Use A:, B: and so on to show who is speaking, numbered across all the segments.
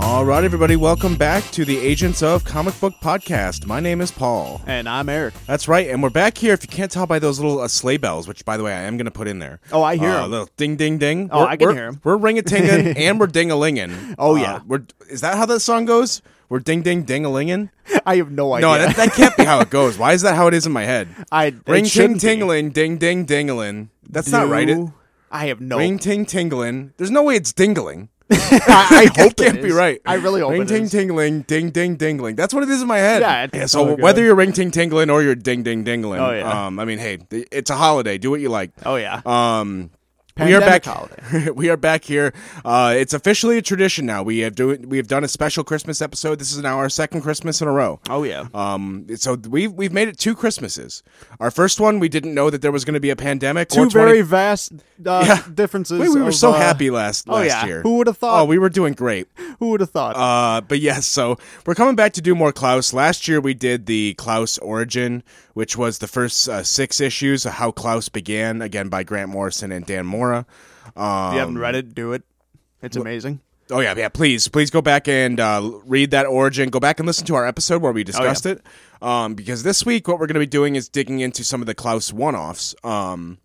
A: All right, everybody, welcome back to the Agents of Comic Book Podcast. My name is Paul.
B: And I'm Eric.
A: That's right, and we're back here. If you can't tell by those little uh, sleigh bells, which by the way I am going to put in there.
B: Oh, I hear
A: uh,
B: 'em.
A: Little ding, ding, ding.
B: Oh, I can
A: we're,
B: hear 'em.
A: We're ring a tinging and we're ding a linging.
B: Oh, yeah.
A: we're is that how that song goes? We're ding, ding, ding a linging.
B: I have no idea.
A: No, that, that can't be how it goes. Why is that how it is in my head?
B: I it
A: ring ting
B: shouldn't be.
A: tingling, ding, ding, dingling. That's not right. It,
B: No, I have no.
A: ring ting tingling. There's no way it's dingling.
B: I, I hope
A: It can't
B: it
A: be
B: is.
A: right.
B: I really hope
A: ring
B: it
A: ting
B: is.
A: tingling, ding ding dingling. That's what it is in my head.
B: Yeah, it- it's
A: so
B: so good.
A: whether you're ring ting tingling or you're ding ding dingling,
B: Oh, yeah.
A: um, I mean, hey, th- it's a holiday. Do what you like.
B: Oh yeah.
A: Um, we are back.
B: Pandemic
A: we are back here. Uh, it's officially a tradition now. We have do we have done a special Christmas episode. This is now our second Christmas in a row.
B: oh yeah.
A: Um, so we've we've made it two Christmases. Our first one, we didn't know that there was going to be a pandemic. or 20
B: Two very vast uh,
A: Yeah.
B: differences.
A: We, we were
B: of,
A: so
B: uh,
A: happy last
B: oh,
A: last
B: yeah.
A: year.
B: Who would've thought?
A: Oh, we were doing great.
B: Who would have thought?
A: Uh, but yes, so we're coming back to do more Klaus. Last year we did the Klaus origin, which was the first uh, six issues of how Klaus began, again by Grant Morrison and Dan Mora. Um,
B: if you haven't read it, do it. It's amazing.
A: Oh yeah, yeah. Please, please go back and uh, read that origin. Go back and listen to our episode
B: Oh,
A: where we discussed it, um, because this week what we're going to be doing is digging into some of the Klaus one-offs. Um,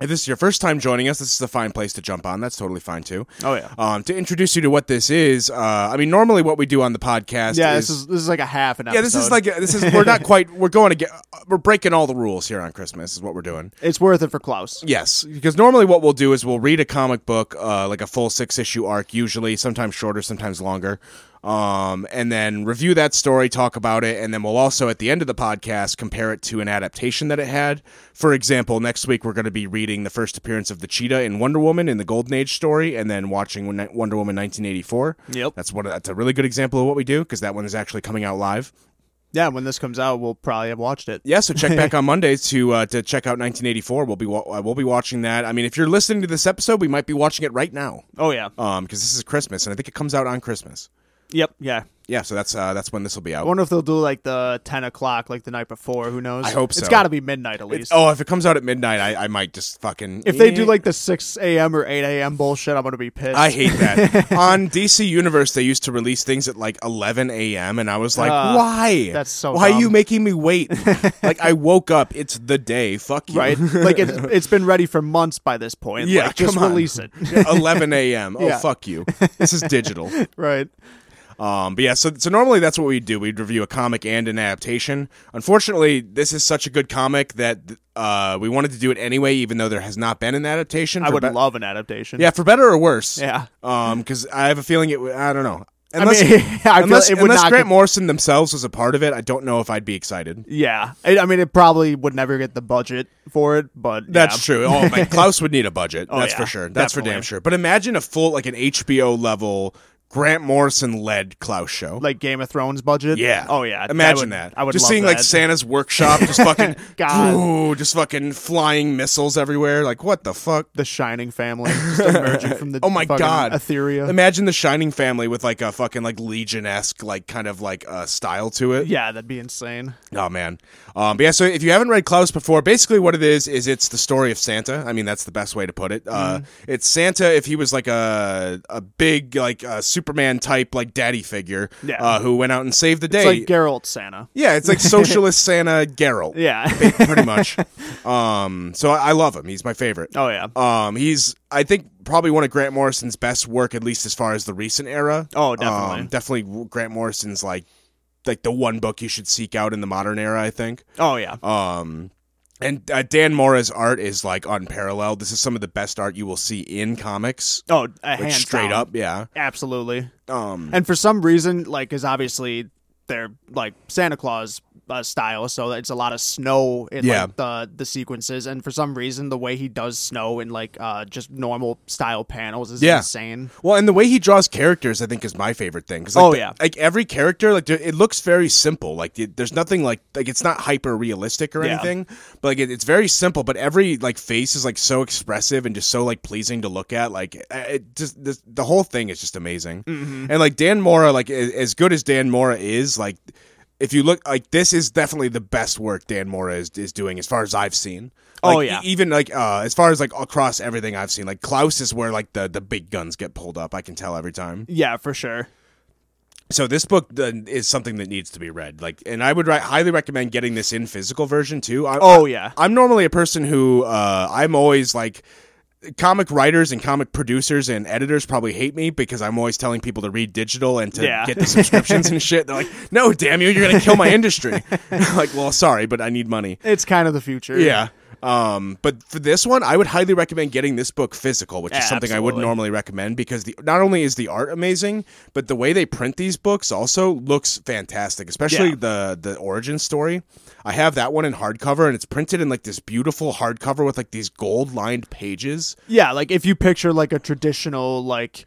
A: if this is your first time joining us, this is a fine place to jump on. That's totally fine too.
B: Oh, yeah.
A: Um, to introduce you to what this is, uh, I mean, normally what we do on the podcast,
B: Yeah,
A: is,
B: this is this is like a half an episode.
A: yeah, this is like this is we're not quite we're going to get we're breaking all the rules here on Christmas is what we're doing.
B: it's worth it for Klaus.
A: Yes, because normally what we'll do is we'll read a comic book, uh, like a full six issue arc, usually sometimes shorter, sometimes longer, um, and then review that story, talk about it, and then we'll also at the end of the podcast compare it to an adaptation that it had. For example, next week we're going to be reading the first appearance of the cheetah in Wonder Woman in the Golden Age story, and then watching Won- Wonder Woman 1984.
B: Yep.
A: that's one. of- That's a really good example of what we do because that one is actually coming out live.
B: Yeah, when this comes out, we'll probably have watched it.
A: Yeah, so check back on Mondays to uh, to check out 1984. We'll be wa- uh, we'll be watching that. I mean, if you're listening to this episode, we might be watching it right now
B: Oh yeah.
A: um, because this is Christmas, and I think it comes out on Christmas.
B: Yep. Yeah.
A: Yeah, so that's uh, that's when this will be
B: I
A: out.
B: wonder if they'll do like the ten o'clock, like the night before. Who knows?
A: I hope so.
B: It's got to be midnight at least.
A: Oh, if it comes out at midnight, I, I might just fucking.
B: If they do like the 6 a.m. or 8 a.m. bullshit, I'm going to be pissed.
A: I hate that. on DC Universe, they used to release things at like 11 a.m. and I was like,
B: Uh,
A: why?
B: that's so
A: Why are you
B: dumb.
A: making me wait? like I woke up. It's the day. Fuck you.
B: Right? like, it's, it's been ready for months by this point.
A: Yeah,
B: Like, just
A: come on.
B: release it.
A: 11 a.m. Oh
B: Yeah.
A: fuck you. This is digital.
B: right.
A: Um, but yeah, so, so normally that's what we do. We'd review a comic and an adaptation. Unfortunately, this is such a good comic that uh, we wanted to do it anyway, even though there has not been an adaptation.
B: I
A: for
B: would
A: be-
B: love an adaptation.
A: yeah, for better or worse.
B: Yeah.
A: because I have a feeling it. w- I don't know.
B: I mean,
A: Unless,
B: I feel
A: unless,
B: it would
A: unless
B: not
A: Grant
B: get-
A: Morrison themselves was a part of it, I don't know if I'd be excited.
B: Yeah. I, I mean, it probably would never get the budget for it, but.
A: That's
B: yeah.
A: true. Oh man, Klaus would need a budget. that's
B: Oh, yeah,
A: for sure. That's for
B: definitely.
A: damn sure. But imagine a full like an HBO level Grant Morrison led Klaus show.
B: Like Game of Thrones budget.
A: Yeah.
B: Oh, yeah. I
A: Imagine
B: would,
A: that.
B: I would
A: just
B: love
A: seeing like
B: that.
A: Santa's workshop, just fucking,
B: God.
A: Ooh, just fucking flying missiles everywhere. Like what the fuck?
B: the Shining family just emerging from the
A: Oh my
B: fucking
A: god,
B: Etheria.
A: Imagine the Shining family with like a fucking like Legion esque like kind of like uh, style to it.
B: yeah, that'd be insane.
A: Oh man. Um, but yeah, so if you haven't read Klaus before, basically what it is is it's the story of Santa. I mean, that's the best way to put it. Uh,
B: Mm-hmm.
A: It's Santa if he was like a a big like uh, Superman type like daddy figure
B: Yeah.
A: uh, who went out and saved the
B: It's
A: day.
B: like Geralt Santa.
A: yeah, it's like socialist Santa Geralt.
B: Yeah.
A: Ba- pretty much. Um, so I, I love him. He's my favorite.
B: oh, yeah.
A: Um, he's I think probably one of Grant Morrison's best work, at least as far as the recent era.
B: Oh, definitely.
A: Um, definitely Grant Morrison's like like the one book you should seek out in the modern era. I think.
B: Oh, yeah.
A: Um, and uh, Dan Mora's art is like unparalleled. This is some of the best art you will see in comics.
B: Oh, a
A: Like
B: hand
A: straight up, yeah.
B: Absolutely.
A: Um,
B: And for some reason, like, because obviously they're like Santa Claus uh, style, so it's a lot of snow in
A: Yeah.
B: like, the the sequences. And for some reason, the way he does snow in like uh, just normal style panels is
A: Yeah.
B: insane.
A: Well, and the way he draws characters, I think, is my favorite thing. 'Cause, like,
B: Oh,
A: the-
B: yeah.
A: like every character, like it looks very simple. Like it- there's nothing like like it's not hyper realistic or
B: Yeah.
A: anything, but like it, it's very simple. But every like face is like so expressive and just so like pleasing to look at. Like it- it just this, the whole thing is just amazing.
B: Mm-hmm.
A: And like Dan Mora, like a- as good as Dan Mora is, like. If you look like this is definitely the best work Dan Mora is, is doing as far as I've seen.
B: Oh,
A: Like,
B: yeah.
A: e- even like uh as far as like across everything I've seen, like Klaus is where like the the big guns get pulled up. I can tell every time.
B: Yeah, for sure.
A: So this book uh, is something that needs to be read. Like, and I would ri- highly recommend getting this in physical version too. I,
B: Oh, yeah.
A: I'm normally a person who uh, I'm always like comic writers and comic producers and editors probably hate me because I'm always telling people to read digital and to
B: Yeah.
A: get the subscriptions and shit. They're like, "No, damn you, you're going to kill my industry." like, "Well, sorry, but I need money."
B: It's kind of the future.
A: Yeah. Um, but for this one, I would highly recommend getting this book physical, which
B: Yeah,
A: is something I wouldn't
B: absolutely.
A: normally recommend because the not only is the art amazing, but the way they print these books also looks fantastic, especially
B: Yeah.
A: the the origin story. I have that one in hardcover and it's printed in like this beautiful hardcover with like these gold lined pages.
B: Yeah, like if you picture like a traditional like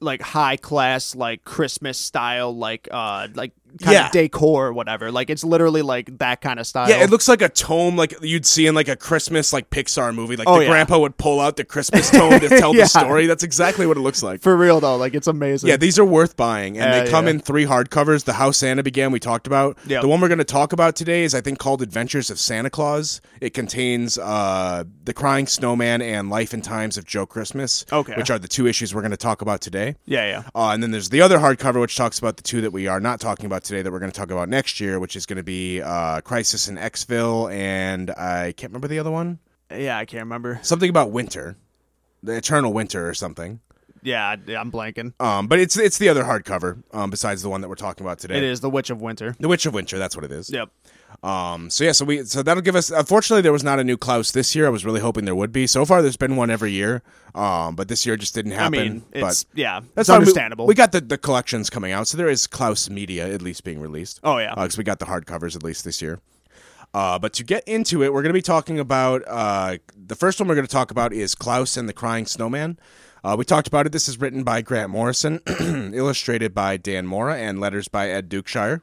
B: like high class like Christmas style like uh like kind
A: Yeah.
B: of decor or whatever. Like it's literally like that kind of style.
A: Yeah, it looks like a tome like you'd see in like a Christmas like Pixar movie. Like
B: Oh,
A: the
B: yeah.
A: grandpa would pull out the Christmas tome to tell
B: Yeah.
A: the story. That's exactly what it looks like.
B: for real though. Like it's amazing.
A: Yeah, these are worth buying, and
B: Uh,
A: they come
B: yeah.
A: in three hardcovers. The How Santa Began, we talked about.
B: Yep.
A: The one we're going to talk about today is, I think, called Adventures of Santa Claus. It contains uh, The Crying Snowman and Life and Times of Joe Christmas,
B: Okay.
A: which are the two issues we're going to talk about today.
B: yeah, yeah.
A: Uh, and then there's the other hardcover, which talks about the two that we are not talking about today that we're going to talk about next year, which is going to be uh, Crisis in Xville, and I can't remember the other one.
B: Yeah, I can't remember.
A: Something about winter, the Eternal Winter or something.
B: Yeah, I- I'm blanking.
A: Um, but it's it's the other hardcover um, besides the one that we're talking about today.
B: It is The Witch of Winter.
A: The Witch of Winter, that's what it is.
B: Yep.
A: Um. So yeah. So we. So that'll give us. Unfortunately, there was not a new Klaus this year. I was really hoping there would be. So far, there's been one every year. Um. But this year just didn't
B: I
A: happen.
B: mean, it's
A: but
B: yeah,
A: that's
B: that's
A: fine. We-
B: understandable.
A: We, got the the collections coming out, so there is Klaus Media at least being released.
B: oh yeah.
A: Because Uh, we got the hardcovers at least this year. Uh, but to get into it, we're going to be talking about uh, the first one we're going to talk about is Klaus and the Crying Snowman. Uh, we talked about it. This is written by Grant Morrison, illustrated by Dan Mora, and letters by Ed Dukeshire.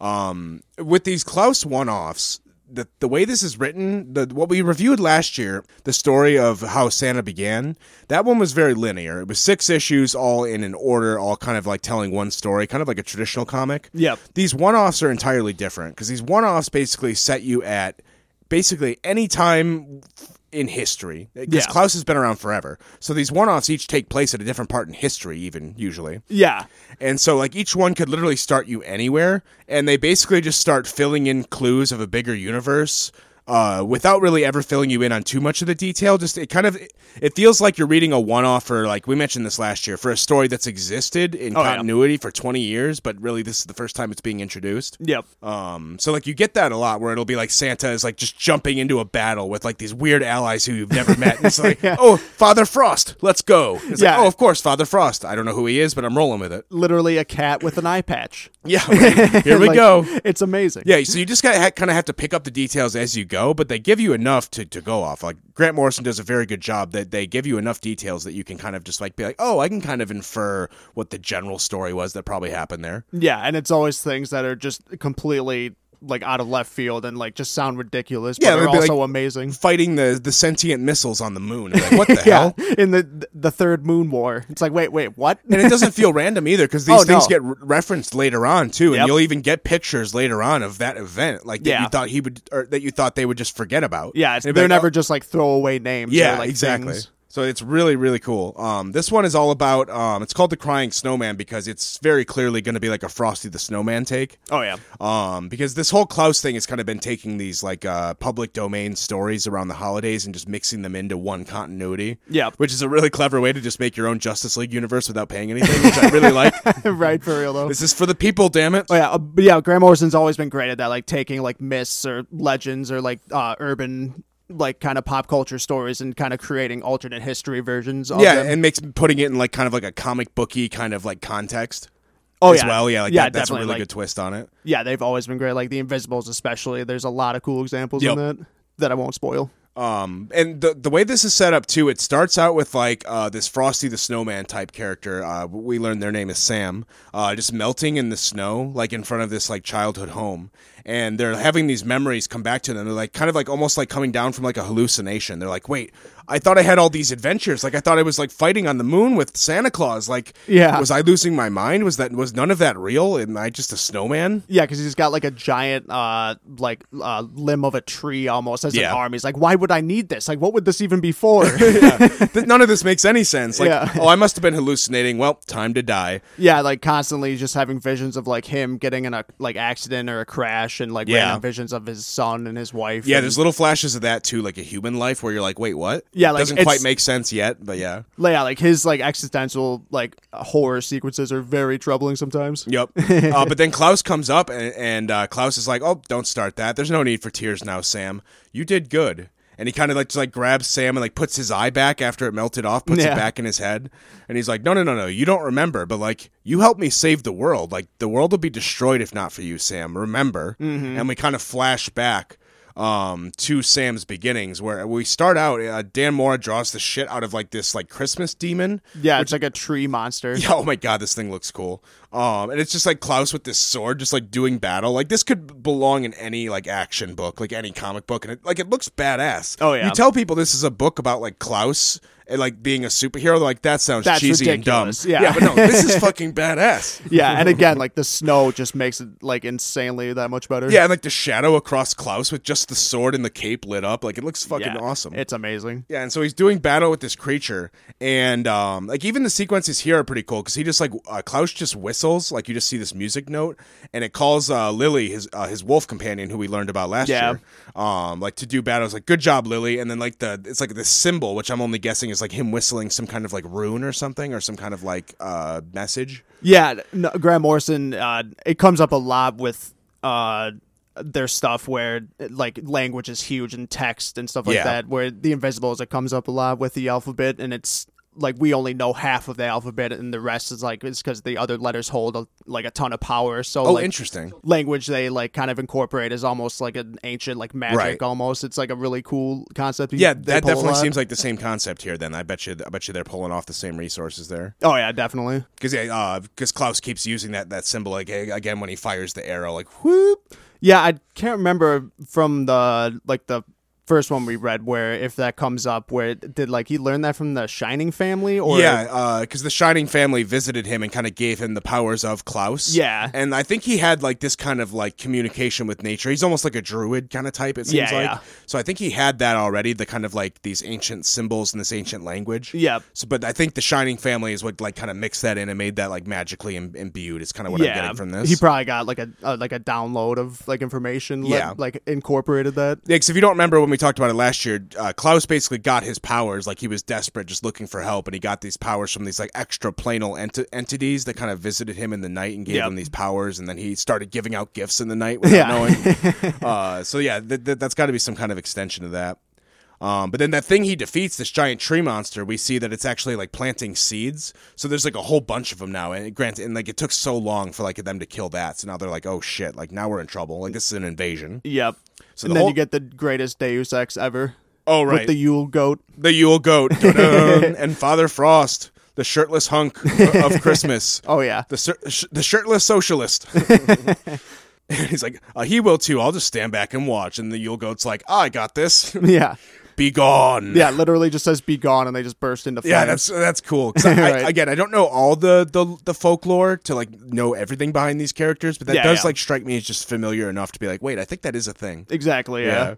A: Um, with these Klaus one offs, the, the way this is written, the, what we reviewed last year, the story of how Santa began, that one was very linear. It was six issues, all in an order, all kind of like telling one story, kind of like a traditional comic
B: Yep.
A: these one-offs are entirely different because these one-offs basically set you at basically any time in history because
B: Yeah.
A: klaus has been around forever so these one-offs each take place at a different part in history even usually
B: Yeah.
A: and so like each one could literally start you anywhere and they basically just start filling in clues of a bigger universe uh, without really ever filling you in on too much of the detail just it kind of it feels like you're reading a one-off for like we mentioned this last year for a story that's existed in
B: Oh, yeah.
A: continuity for 20 years but really this is the first time it's being introduced
B: Yep.
A: um, so like you get that a lot where it'll be like Santa is like just jumping into a battle with like these weird allies who you've never met. And it's like, oh, Father Frost, let's go. It's
B: Yeah.
A: like, oh, of course, Father Frost. I don't know who he is, but I'm rolling with it.
B: Literally a cat with an eye patch.
A: Yeah, right. here we
B: Like,
A: go.
B: It's amazing.
A: Yeah, so you just gotta ha- kind of have to pick up the details as you go, but they give you enough to, to go off. Like Grant Morrison does a very good job that they give you enough details that you can kind of just like be like, oh, I can kind of infer what the general story was that probably happened there.
B: Yeah, and it's always things that are just completely like out of left field and like just sound ridiculous, but
A: Yeah,
B: yeah,
A: it'd
B: are
A: be like-
B: also amazing.
A: Fighting the the sentient missiles on the moon. Like, what the hell?
B: Yeah, in the the third Moon War, it's like wait, wait, what?
A: and it doesn't feel random either because these
B: Oh,
A: things
B: no.
A: get re- referenced later on too, and
B: Yep.
A: you'll even get pictures later on of that event, like that
B: Yeah.
A: you thought he would, or that you thought they would just forget about.
B: yeah, it's,
A: And
B: they're
A: be like, oh.
B: never just like throwaway names. or,
A: yeah,
B: like,
A: exactly.
B: things.
A: So it's really really cool. Um, this one is all about. Um, it's called the Crying Snowman because it's very clearly going to be like a Frosty the Snowman take.
B: Oh yeah,
A: Um, because this whole Klaus thing has kind of been taking these like uh, public domain stories around the holidays and just mixing them into one continuity.
B: Yep.
A: which is a really clever way to just make your own Justice League universe without paying anything, which I really like.
B: right for real though.
A: This is for the people, damn it.
B: Oh yeah, uh, but yeah. Graham Morrison's always been great at that, like taking like myths or legends or like uh, urban like kind of pop culture stories and kind of creating alternate history versions. Of
A: Yeah, eh,
B: them.
A: and makes putting it in like kind of like a comic booky kind of like context.
B: Oh,
A: as
B: yeah.
A: well. Yeah, like
B: Yeah,
A: that, that's a
B: definitely,
A: really
B: like-
A: good twist on it.
B: yeah, they've always been great. Like the Invisibles, especially. There's a lot of cool examples
A: Yep.
B: in that that I won't spoil.
A: Um, and the the way this is set up too, it starts out with like uh, this Frosty the Snowman type character. Uh, we learn their name is Sam. Uh, just melting in the snow, like in front of this like childhood home, and they're having these memories come back to them. They're like kind of like almost like coming down from like a hallucination. They're like, wait, I thought I had all these adventures. Like I thought I was like fighting on the moon with Santa Claus. Like,
B: Yeah.
A: was I losing my mind? Was that was none of that real? Am I just a snowman?
B: Yeah, because he's got like a giant, uh, like uh, limb of a tree almost as
A: Yeah.
B: an arm. He's like, why would I need this? Like, what would this even be for?
A: Th- none of this makes any sense. Like,
B: Yeah.
A: oh, I must have been hallucinating. Well, time to die.
B: yeah, like constantly just having visions of like him getting in a like accident or a crash, and like
A: Yeah.
B: random visions of his son and his wife.
A: Yeah,
B: and-
A: there's little flashes of that too, like a human life where you're like, wait, what?
B: Yeah, like,
A: doesn't
B: it's-
A: quite make sense yet, but yeah.
B: yeah, like his like existential like horror sequences are very troubling sometimes.
A: Yep. uh, but then Klaus comes up, and, and uh, Klaus is like, "Oh, don't start that. There's no need for tears now, Sam. You did good." And he kind of like just like grabs Sam and like puts his eye back after it melted off, puts it
B: Yeah.
A: back in his head, and he's like, "No, no, no, no. You don't remember, but like you helped me save the world. Like the world would be destroyed if not for you, Sam. Remember?" And we kind of flash back um to Sam's beginnings where we start out uh, Dan Mora draws the shit out of like this like Christmas demon
B: Yeah, it's like a tree monster.
A: yeah, oh my god, this thing looks cool. Um, and it's just like Klaus with this sword, just like doing battle. Like this could belong in any like action book, like any comic book, and it like it looks badass.
B: Oh, yeah.
A: you tell people this is a book about like Klaus and like being a superhero, they're like that sounds
B: That's
A: cheesy
B: ridiculous,
A: and dumb.
B: yeah.
A: but no, this is fucking badass.
B: Yeah, and again, like the snow just makes it like insanely that much better.
A: Yeah, and like the shadow across Klaus with just the sword and the cape lit up, like it looks fucking
B: Yeah,
A: awesome.
B: It's amazing.
A: Yeah, and so he's doing battle with this creature, and um, like even the sequences here are pretty cool because he just like uh, Klaus just whistles, like you just see this music note, and it calls uh, Lily his uh, his wolf companion who we learned about last
B: Yeah.
A: year, um, like to do battles, like good job Lily, and then like the it's like this symbol which I'm only guessing is like him whistling some kind of like rune or something or some kind of like uh, message.
B: Yeah, no, Graham Morrison. Uh, it comes up a lot with uh, their stuff where like language is huge and text and stuff like
A: Yeah.
B: that. Where the Invisibles it comes up a lot with the alphabet, and it's like we only know half of the alphabet, and the rest is like it's because the other letters hold a, like a ton of power. So
A: Oh,
B: like,
A: interesting.
B: language they like kind of incorporate is almost like an ancient like magic
A: Right.
B: almost. It's like a really cool concept.
A: Yeah, that definitely seems like the same concept here. Then I bet you, I bet you they're pulling off the same resources there.
B: Oh yeah, definitely.
A: because because uh, Klaus keeps using that that symbol like, a- again when he fires the arrow, like whoop.
B: Yeah, I can't remember from the like the first one we read where if that comes up where it did like he learn that from the Shining family or
A: Yeah, because uh, the Shining family visited him and kind of gave him the powers of Klaus.
B: Yeah.
A: and I think he had like this kind of like communication with nature. He's almost like a druid kind of type. It seems
B: Yeah,
A: like.
B: yeah.
A: So I think he had that already. The kind of like these ancient symbols and this ancient language.
B: Yep.
A: So, but I think the Shining family is what like kind of mixed that in and made that like magically im- imbued. Is kind of what I'm
B: yeah,
A: getting from this.
B: he probably got like a, a like a download of like information. like-
A: Yeah.
B: like incorporated that.
A: Yeah, 'cause if you don't remember when we talked about it last year, uh, Klaus basically got his powers like he was desperate, just looking for help, and he got these powers from these like extraplanal ent- entities that kind of visited him in the night and gave
B: Yep.
A: him these powers, and then he started giving out gifts in the night without
B: Yeah.
A: knowing. uh, so yeah, th- th- that's got to be some kind of extension of that. Um, but then that thing he defeats, this giant tree monster, we see that it's actually like planting seeds. So there's like a whole bunch of them now. And granted, and like it took so long for like them to kill that. So now they're like, oh shit, like now we're in trouble. Like this is an invasion.
B: Yep.
A: So
B: and
A: the
B: then
A: whole-
B: you get the greatest Deus Ex ever.
A: Oh right,
B: With the Yule goat.
A: the Yule Goat, Dun-dun. and Father Frost, the shirtless hunk of Christmas,
B: Oh yeah.
A: the sir- sh- the shirtless socialist. He's like, uh, he will too. I'll just stand back and watch. And the Yule Goat's like, "Ah, I got this.
B: Yeah.
A: Be gone.
B: Yeah, literally just says be gone and they just burst into flames.
A: Yeah, that's that's cool. 'Cause I, I-
B: Right.
A: again, I don't know all the, the the folklore to like know everything behind these characters, but that
B: Yeah,
A: does
B: yeah.
A: like strike me as just familiar enough to be like, wait, I think that is a thing.
B: exactly, yeah.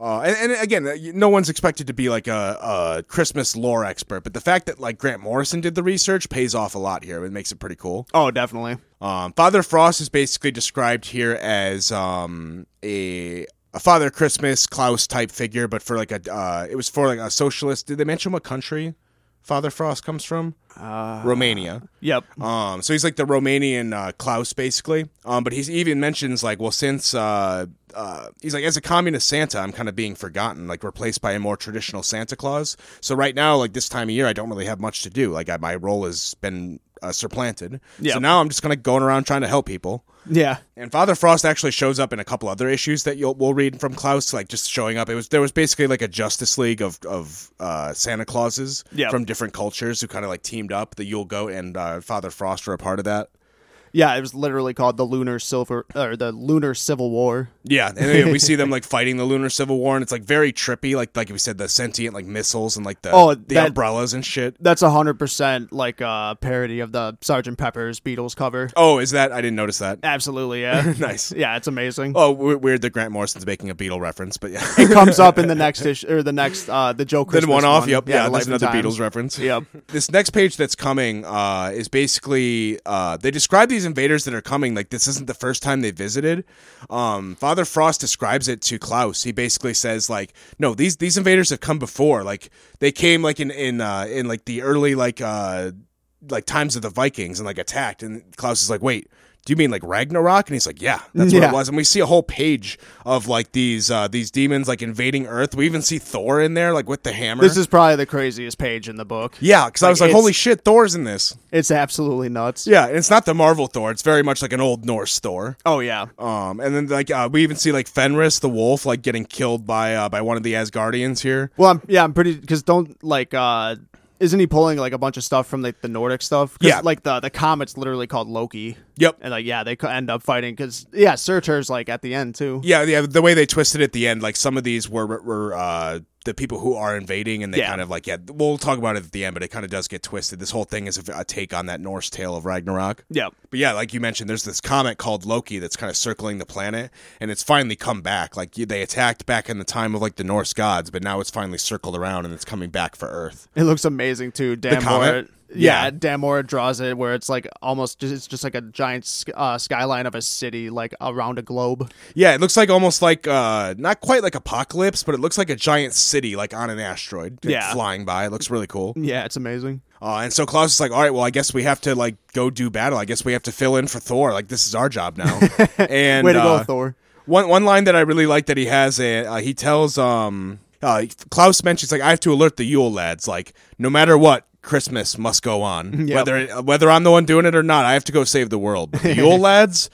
A: Uh, and, and again, uh, you- no one's expected to be like a, a Christmas lore expert, but the fact that like Grant Morrison did the research pays off a lot here. It makes it pretty cool.
B: Oh, definitely.
A: Um, father Frost is basically described here as um, a a Father Christmas Klaus type figure, but for like a uh, it was for like a socialist. Did they mention what country Father Frost comes from? Romania.
B: Yep.
A: Um, so he's like the Romanian uh, Klaus, basically. Um, but he's he even mentions like, well, since uh, uh, he's like as a communist Santa, I'm kind of being forgotten, like replaced by a more traditional Santa Claus. So right now, like this time of year, I don't really have much to do. Like I, my role has been uh, supplanted. So
B: Yeah.
A: now I'm just kind of going around trying to help people.
B: Yeah.
A: And Father Frost actually shows up in a couple other issues that you'll we'll read from Klaus, like just showing up. It was there was basically like a Justice League of of uh, Santa Clauses
B: Yep.
A: from different cultures who kind of like teamed up. The Yule Goat and uh, Father Frost were a part of that.
B: Yeah, it was literally called the Lunar Silver or the Lunar Civil War.
A: Yeah, and then we see them like fighting the lunar civil war, and it's like very trippy, like like we said, the sentient like missiles and like the
B: Oh,
A: the
B: that-
A: umbrellas and shit.
B: That's a hundred percent like a parody of the Sergeant Pepper's Beatles cover.
A: Oh, is that? I didn't notice that.
B: Absolutely, yeah.
A: Nice.
B: Yeah, it's amazing.
A: Oh, we- weird that Grant Morrison's making a Beatle reference, but yeah,
B: It comes up in the next issue or the next uh the Joe Christmas
A: then one off. Yep, yeah.
B: the
A: there's
B: Life of
A: another
B: Time.
A: Beatles reference.
B: Yep.
A: This next page that's coming uh, is basically uh, they describe these invaders that are coming. Like this isn't the first time they visited. Um, Father Frost describes it to Klaus. He basically says like, no, these these invaders have come before. Like they came like in in uh, in like the early like uh, like times of the Vikings and like attacked. And Klaus is like, wait. Do you mean like Ragnarok? And he's like, yeah, that's what
B: Yeah.
A: it was. And we see a whole page of like these uh, these demons like invading Earth. We even see Thor in there, like with the hammer.
B: This is probably the craziest page in the book.
A: Yeah, because I was like,
B: it's-
A: holy shit, Thor's in this.
B: It's absolutely nuts.
A: Yeah, and it's not the Marvel Thor. It's very much like an old Norse Thor.
B: Oh yeah.
A: Um, and then like uh, we even see like Fenris the wolf like getting killed by uh, by one of the Asgardians here.
B: Well, I'm, yeah, I'm pretty because don't like uh isn't he pulling like a bunch of stuff from like the Nordic stuff? 'Cause,
A: Yeah.
B: like the the comet's literally called Loki,
A: Yep.
B: and like yeah, they co- end up fighting because yeah, Surtur's like at the end too.
A: Yeah, yeah. The way they twisted it at the end, like some of these were were uh, the people who are invading, and they
B: Yeah.
A: kind of like yeah. We'll talk about it at the end, but it kind of does get twisted. This whole thing is a, a take on that Norse tale of Ragnarok.
B: Yeah,
A: But yeah, like you mentioned, there's this comet called Loki that's kind of circling the planet, and it's finally come back. Like you- they attacked back in the time of like the Norse gods, but now it's finally circled around and it's coming back for Earth.
B: it looks amazing too. Damora,
A: comet?
B: yeah,
A: Yeah.
B: Damora draws it where it's like almost just, it's just like a giant sk- uh, skyline of a city like around a globe.
A: Yeah, it looks like almost like uh not quite like apocalypse, but it looks like a giant city like on an asteroid like,
B: Yeah.
A: flying by. It looks really cool.
B: Yeah, it's amazing.
A: Uh, and so Klaus is like, "All right, well, I guess we have to like go do battle. I guess we have to fill in for Thor. Like this is our job now." and
B: Way to
A: uh,
B: go, Thor.
A: One one line that I really like that he has, uh, uh, he tells um uh, Klaus mentions like I have to alert the Yule lads, like no matter what, Christmas must go on,
B: Yep.
A: whether uh, whether I'm the one doing it or not. I have to go save the world. But the Yule lads,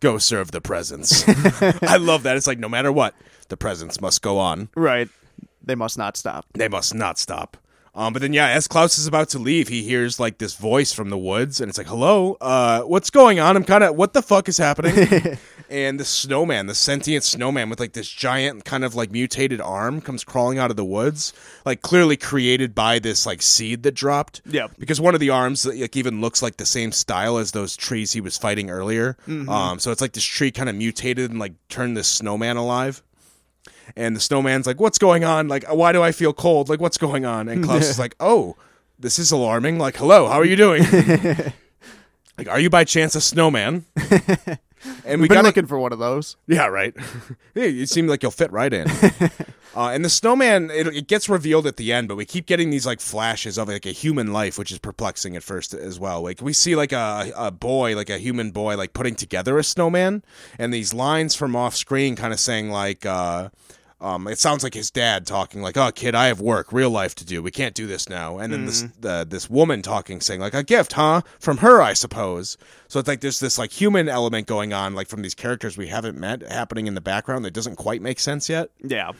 A: go serve the presents. I love that. It's like no matter what, the presents must go on.
B: Right, they must not stop.
A: They must not stop. Um, but then yeah, as Klaus is about to leave, he hears like this voice from the woods, and it's like, "Hello, uh, what's going on? I'm kind of what the fuck is happening?" and the snowman, the sentient snowman with like this giant kind of like mutated arm, comes crawling out of the woods, like clearly created by this like seed that dropped.
B: Yep.
A: because one of the arms like even looks like the same style as those trees he was fighting earlier. Um, so it's like this tree kind of mutated and like turned this snowman alive and the snowman's like, "What's going on? Like, why do I feel cold? Like, what's going on?" And Klaus is like, "Oh, this is alarming. Like, hello, how are you doing? like, are you by chance a snowman?" And we
B: Been
A: got
B: looking for one of those.
A: yeah, right. yeah, you seem like you'll fit right in. uh, and the snowman, it, it gets revealed at the end, but we keep getting these like flashes of like a human life, which is perplexing at first as well. Like we see like a, a boy, like a human boy, like putting together a snowman, and these lines from off screen, kind of saying like. Uh, um, it sounds like his dad talking, like, "Oh, kid, I have work, real life to do. We can't do this now." And then this
B: Mm-hmm.
A: the, this woman talking, saying, "Like a gift, huh? From her, I suppose." So it's like there's this like human element going on, like from these characters we haven't met, happening in the background that doesn't quite make sense yet.
B: Yeah.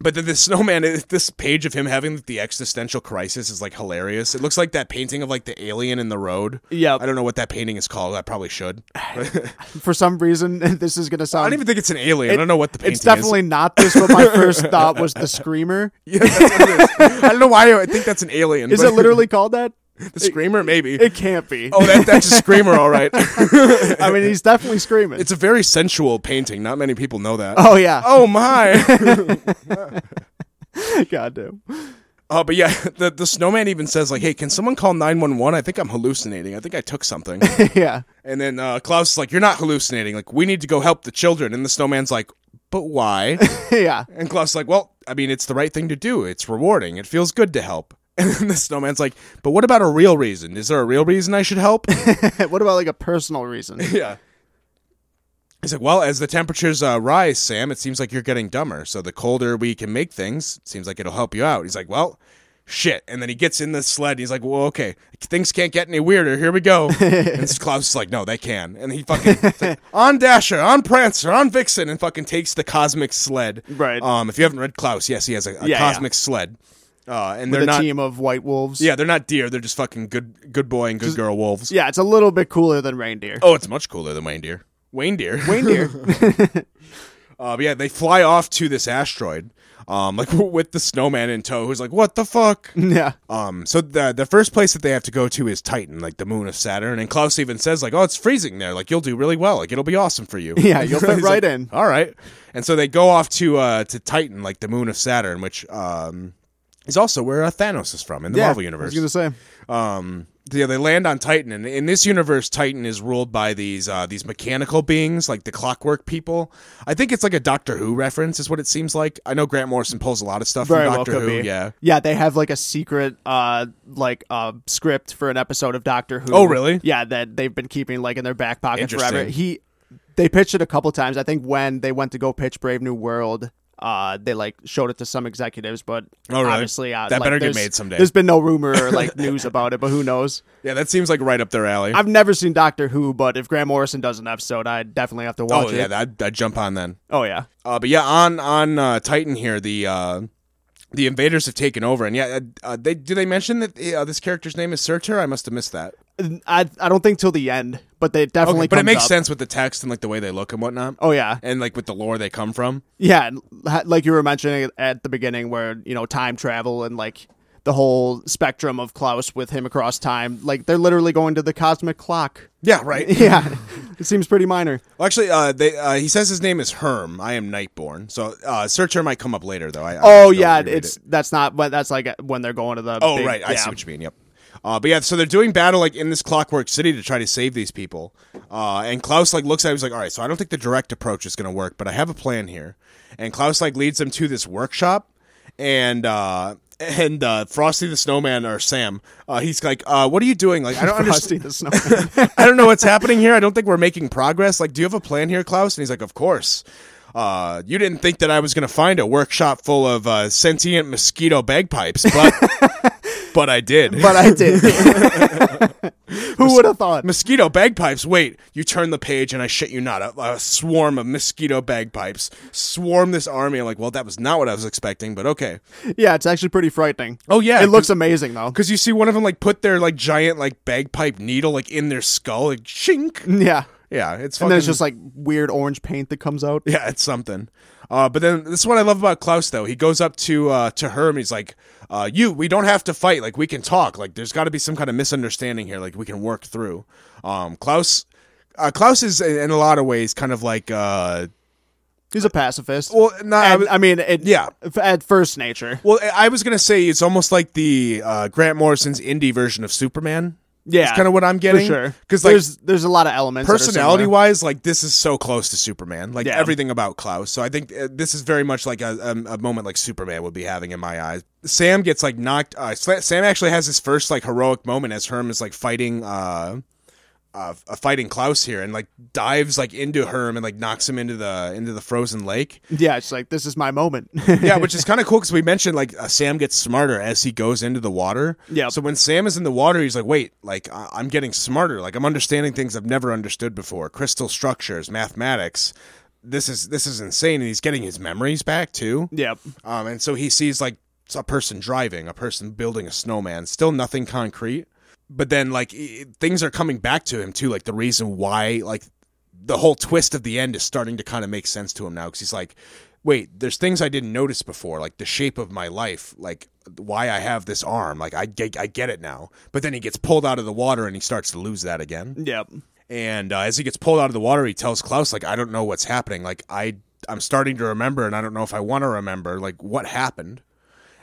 A: But then the snowman, it- this page of him having the existential crisis is like hilarious. It looks like that painting of like the alien in the road.
B: Yep.
A: I don't know what that painting is called. I probably should. I
B: For some reason, this is gonna sound
A: don't even think it's an alien. I don't know what the painting
B: Um, It's definitely not this, but my first thought was the screamer.
A: is. Yeah, that's what it is. I don't know why I think that's an alien.
B: Is
A: but-
B: it literally called that?
A: The screamer, maybe.
B: It can't be.
A: oh, that, that's a screamer, all right.
B: I mean, he's definitely screaming.
A: it's a very sensual painting. Not many people know that.
B: oh yeah,
A: Oh my!
B: god damn.
A: Oh, but yeah, the the snowman even says like, "Hey, can someone call nine one one? I think I'm hallucinating. I think I took something."
B: yeah,
A: and then uh, Klaus is like, "You're not hallucinating. Like, we need to go help the children." And the snowman's like, "But why?"
B: yeah.
A: and Klaus is like, "Well, I mean, it's the right thing to do. It's rewarding. It feels good to help." And then the snowman's like, "But what about a real reason? Is there a real reason I should help?"
B: what about like a personal reason?
A: Yeah. He's like, well, as the temperatures uh, rise, Sam, it seems like you're getting dumber. So the colder we can make things, it seems like it'll help you out. He's like, well, shit. And then he gets in the sled. And he's like, well, okay, things can't get any weirder. Here we go. and Klaus is like, no, they can. And he fucking it's like, on Dasher, on Prancer, on Vixen, and fucking takes the cosmic sled.
B: Right.
A: Um, if you haven't read Klaus, yes, he has a, a
B: Yeah, yeah.
A: cosmic sled. Uh, and
B: with
A: they're
B: a
A: not.
B: team of white wolves.
A: Yeah, they're not deer. They're just fucking good, good boy and good girl wolves.
B: yeah, it's a little bit cooler than reindeer.
A: Oh, it's much cooler than Wayne deer. Wayne deer.
B: Reindeer.
A: Uh, but yeah, they fly off to this asteroid, um, like with the snowman in tow, who's like, "What the fuck?"
B: yeah,
A: Um, so the the first place that they have to go to is Titan, like the moon of Saturn. And Klaus even says, like, "Oh, it's freezing there. Like, you'll do really well. Like, it'll be awesome for you."
B: Yeah, you'll fit
A: He's
B: right
A: like,
B: in.
A: All right. And so they go off to uh to Titan, like the moon of Saturn, which um is also where uh, Thanos is from in the
B: yeah.
A: Marvel
B: I
A: universe.
B: was gonna say.
A: Um, yeah, they land on Titan, and in this universe, Titan is ruled by these uh, these mechanical beings, like the Clockwork People. I think it's like a Doctor Who reference, is what it seems like. I know Grant Morrison pulls a lot of stuff
B: Very
A: from
B: well
A: Doctor
B: could
A: Who.
B: be.
A: Yeah.
B: Yeah, they have like a secret uh like uh script for an episode of Doctor Who.
A: Oh, really?
B: Yeah, that they've been keeping like in their back pocket forever.
A: Interesting.
B: He they pitched it a couple times. I think when they went to go pitch Brave New World, uh they like showed it to some executives, but
A: Oh, really?
B: obviously uh,
A: That
B: like,
A: better get
B: there's-
A: made someday.
B: There's been no rumor or like news about it, but who knows?
A: Yeah, that seems like right up their alley.
B: I've never seen Doctor Who, but if Graham Morrison does an episode, I definitely have to watch
A: oh
B: it.
A: yeah, I'd, I'd jump on then.
B: oh yeah.
A: Uh, but yeah, on on uh, Titan here, the uh, the invaders have taken over, and yeah, uh, they do they mention that uh, this character's name is Surtur? I must have missed that.
B: I I don't think till the end, but they definitely
A: but it
B: comes
A: makes
B: up.
A: sense with the text and like the way they look and whatnot,
B: Oh yeah.
A: and like with the lore they come from.
B: Yeah, and ha- like you were mentioning at the beginning, where you know time travel and like the whole spectrum of Klaus with him across time, like they're literally going to the cosmic clock.
A: Yeah, right.
B: Yeah, it seems pretty minor.
A: Well, actually, uh, they, uh, he says his name is Herm. I am Nightborn. So uh, Surtur might come up later, though. I, I
B: Oh
A: don't
B: yeah,
A: reread
B: it's
A: it.
B: that's not, but that's like when they're going to the.
A: Oh
B: big-
A: right, I
B: yeah.
A: see what you mean. Yep. Uh, but yeah, so they're doing battle like in this Clockwork City to try to save these people. Uh, and Klaus like looks at him, he's like, "All right, so I don't think the direct approach is going to work, but I have a plan here." And Klaus like leads them to this workshop, and uh, and uh, Frosty the Snowman or Sam, uh, he's like, uh, "What are you doing? Like, I don't understand."
B: Frosty the Snowman.
A: I don't know what's happening here. I don't think we're making progress. Like, do you have a plan here, Klaus? And he's like, Of course. Uh, you didn't think that I was going to find a workshop full of uh, sentient mosquito bagpipes, but but I did.
B: but I did. Who would have thought?
A: mosquito bagpipes. Wait, you turn the page, and I shit you not, a, a swarm of mosquito bagpipes swarm this army. I'm like, well, that was not what I was expecting, but okay.
B: Yeah, it's actually pretty frightening.
A: Oh yeah,
B: it looks amazing though.
A: because you see one of them like put their like giant like bagpipe needle like in their skull, like shink.
B: Yeah,
A: Yeah, it's fucking
B: and then it's just like weird orange paint that comes out.
A: Yeah, it's something. Uh, but then this is what I love about Klaus though. He goes up to uh, to her and he's like, uh, "You, we don't have to fight. Like we can talk. Like there's got to be some kind of misunderstanding here. Like we can work through." Um, Klaus, uh, Klaus is in in a lot of ways kind of like, uh,
B: He's a pacifist.
A: well, not, I
B: And,
A: was,
B: I mean, it,
A: Yeah.
B: f- at first nature.
A: well, I I was gonna say it's almost like the uh, Grant Morrison's indie version of Superman.
B: Yeah,
A: That's kind of what I'm getting.
B: sure.
A: because like
B: there's there's a lot of elements. that are similar.
A: personality wise, like this is so close to Superman, like
B: Yeah.
A: everything about Klaus. So I think uh, this is very much like a, um, a moment like Superman would be having in my eyes. Sam gets like knocked. Uh, Sla- Sam actually has his first like heroic moment as Herm is like fighting. Uh, uh, f- uh, fighting Klaus here and like dives like into Herm and like knocks him into the into the frozen lake.
B: Yeah, it's like this is my moment.
A: yeah, which is kind of cool because we mentioned like uh, Sam gets smarter as he goes into the water.
B: Yep.
A: So when Sam is in the water, he's like, "Wait, like I- I'm getting smarter. Like I'm understanding things I've never understood before: crystal structures, mathematics. This is this is insane." And he's getting his memories back too.
B: yeah,
A: Um, and so he sees like a person driving, a person building a snowman, still nothing concrete. But then like i things are coming back to him too, like the reason why like the whole twist of the end is starting to kind of make sense to him now because he's like, wait, there's things I didn't notice before, like the shape of my life, like why I have this arm, like I get, I get it now. But then he gets pulled out of the water and he starts to lose that again
B: yeah,
A: and uh, as he gets pulled out of the water he tells klaus like i don't know what's happening like i i'm starting to remember and i don't know if i want to remember like what happened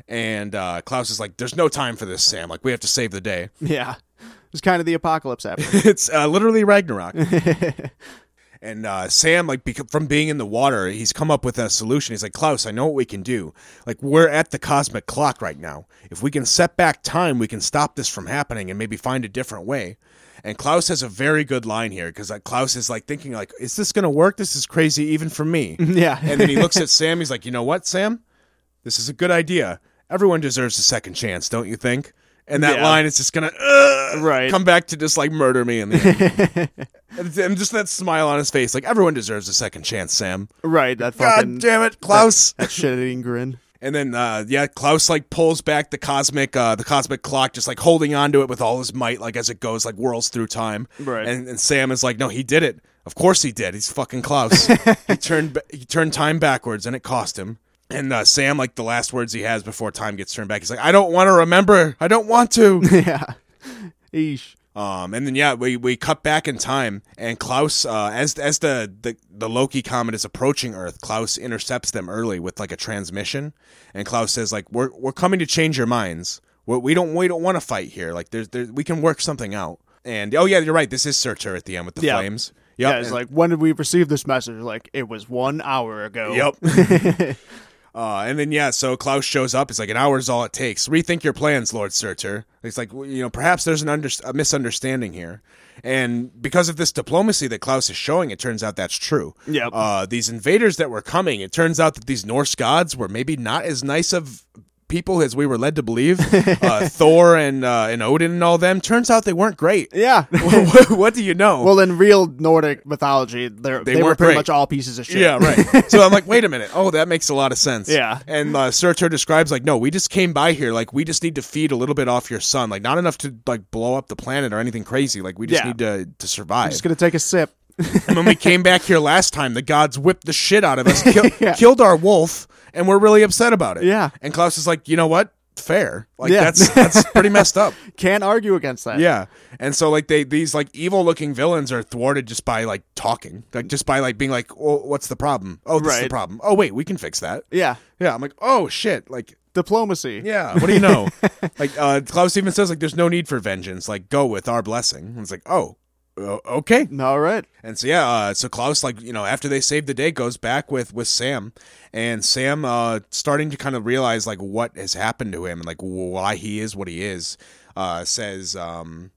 A: and uh, klaus is like there's no time for this sam like we have to save the day
B: yeah. It's kind of the apocalypse happening.
A: it's uh, literally ragnarok and uh, sam like bec- from being in the water he's come up with a solution he's like klaus i know what we can do like we're at the cosmic clock right now if we can set back time we can stop this from happening and maybe find a different way and klaus has a very good line here because like, klaus is like thinking like is this gonna work this is crazy even for me
B: yeah,
A: and then he looks at sam he's like you know what sam this is a good idea everyone deserves a second chance don't you think and that
B: Yeah.
A: line is just gonna uh,
B: Right.
A: come back to just like murder me in the end. and, and just that smile on his face, like everyone deserves a second chance, Sam.
B: right. That
A: God
B: fucking
A: damn it, Klaus!
B: that shit-eating grin.
A: And then uh, yeah, Klaus like pulls back the cosmic uh, the cosmic clock, just like holding onto it with all his might, like as it goes, like whirls through time.
B: Right.
A: And, and Sam is like, no, he did it. Of course he did. He's fucking Klaus. he turned ba- he turned time backwards, and it cost him. And uh, Sam, like the last words he has before time gets turned back, he's like, I don't want to remember. I don't want to.
B: yeah. Eesh.
A: Um, and then yeah, we, we cut back in time, and Klaus, uh, as as the, the the Loki comet is approaching Earth, Klaus intercepts them early with like a transmission, and Klaus says like we're we're coming to change your minds. We're, we don't we don't want to fight here. Like there's there we can work something out. And oh yeah, you're right. This is Surtur at the end with the
B: Yeah.
A: flames. Yep.
B: Yeah, it's like when did we receive this message? Like it was one hour ago.
A: Yep. Uh, and then yeah, so Klaus shows up. It's like an hour is all it takes. Rethink your plans, Lord Surtur. It's like well, you know perhaps there's an under- a misunderstanding here, and because of this diplomacy that Klaus is showing, it turns out that's true.
B: Yep.
A: Uh, these invaders that were coming, it turns out that these Norse gods were maybe not as nice of people as we were led to believe. uh, Thor and uh, and Odin and all them. Turns out they weren't great.
B: Yeah.
A: what, what do you know?
B: well, in real Nordic mythology, they're, they, were
A: weren't
B: pretty
A: great.
B: much all pieces of shit.
A: Yeah, right. so I'm like, wait a minute. Oh, that makes a lot of sense.
B: Yeah.
A: And uh, Surtur describes like, no, we just came by here. Like, we just need to feed a little bit off your sun. Like, not enough to like blow up the planet or anything crazy. Like, we just
B: Yeah.
A: need to to survive.
B: Just gonna take a sip.
A: and when we came back here last time, the gods whipped the shit out of us, kill- killed our wolf, and we're really upset about it.
B: Yeah.
A: And Klaus is like, you know what? Fair. Like,
B: Yeah.
A: that's that's pretty messed up.
B: Can't argue against that.
A: Yeah. And so like they these like evil looking villains are thwarted just by like talking. Like just by like being like, "Oh, what's the problem? Oh, this is the
B: Right.
A: problem. Oh, wait, we can fix that."
B: Yeah.
A: Yeah, I'm like, "Oh shit." Like,
B: Diplomacy.
A: yeah, what do you know? like uh Klaus even says like there's no need for vengeance. Like go with our blessing. And it's like, "Oh, uh, okay."
B: All right.
A: And so yeah, uh, so Klaus like you know after they save the day goes back with with Sam, and Sam uh, starting to kind of realize like what has happened to him and like why he is what he is, uh, says. Um,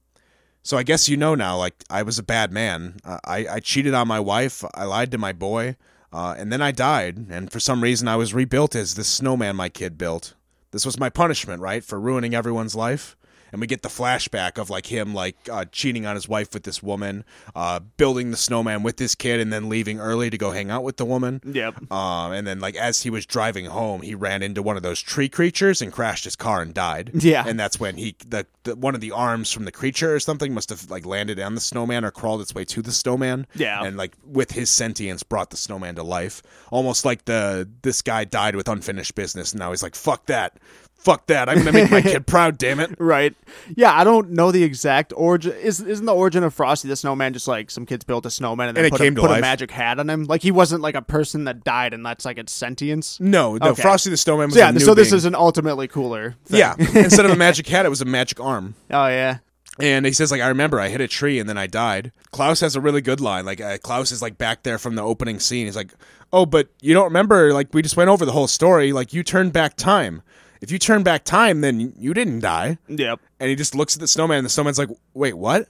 A: so I guess you know now. Like I was a bad man. Uh, I I cheated on my wife. I lied to my boy, uh, and then I died. And for some reason, I was rebuilt as this snowman my kid built. This was my punishment, right, for ruining everyone's life. And we get the flashback of like him like uh, cheating on his wife with this woman, uh, building the snowman with this kid, and then leaving early to go hang out with the woman.
B: Yep.
A: Um, and then like as he was driving home, he ran into one of those tree creatures and crashed his car and died.
B: Yeah.
A: and that's when he the, the one of the arms from the creature or something must have like landed on the snowman or crawled its way to the snowman.
B: Yeah.
A: and like with his sentience brought the snowman to life, almost like the this guy died with unfinished business. And now he's like, fuck that, fuck that, I'm gonna make my kid proud, damn it.
B: Right. Yeah, I don't know the exact origin. Is, isn't the origin of Frosty the Snowman just like some kids built a snowman and then
A: And it
B: put,
A: came
B: a,
A: to
B: put a
A: life.
B: magic hat on him? Like he wasn't like a person that died and that's like its sentience.
A: No, no,
B: Okay.
A: Frosty the Snowman Mm, was
B: So yeah,
A: a new
B: so this
A: being.
B: is an ultimately cooler. Thing.
A: yeah. Instead of a magic hat, it was a magic arm.
B: Oh yeah.
A: And he says, like, I remember I hit a tree and then I died. Klaus has a really good line. Like, uh, Klaus is like back there from the opening scene. He's like, Oh, but you don't remember? Like, we just went over the whole story. Like, you turned back time. If you turn back time, then you didn't die.
B: Yep.
A: And he just looks at the snowman, and the snowman's like, Wait, what?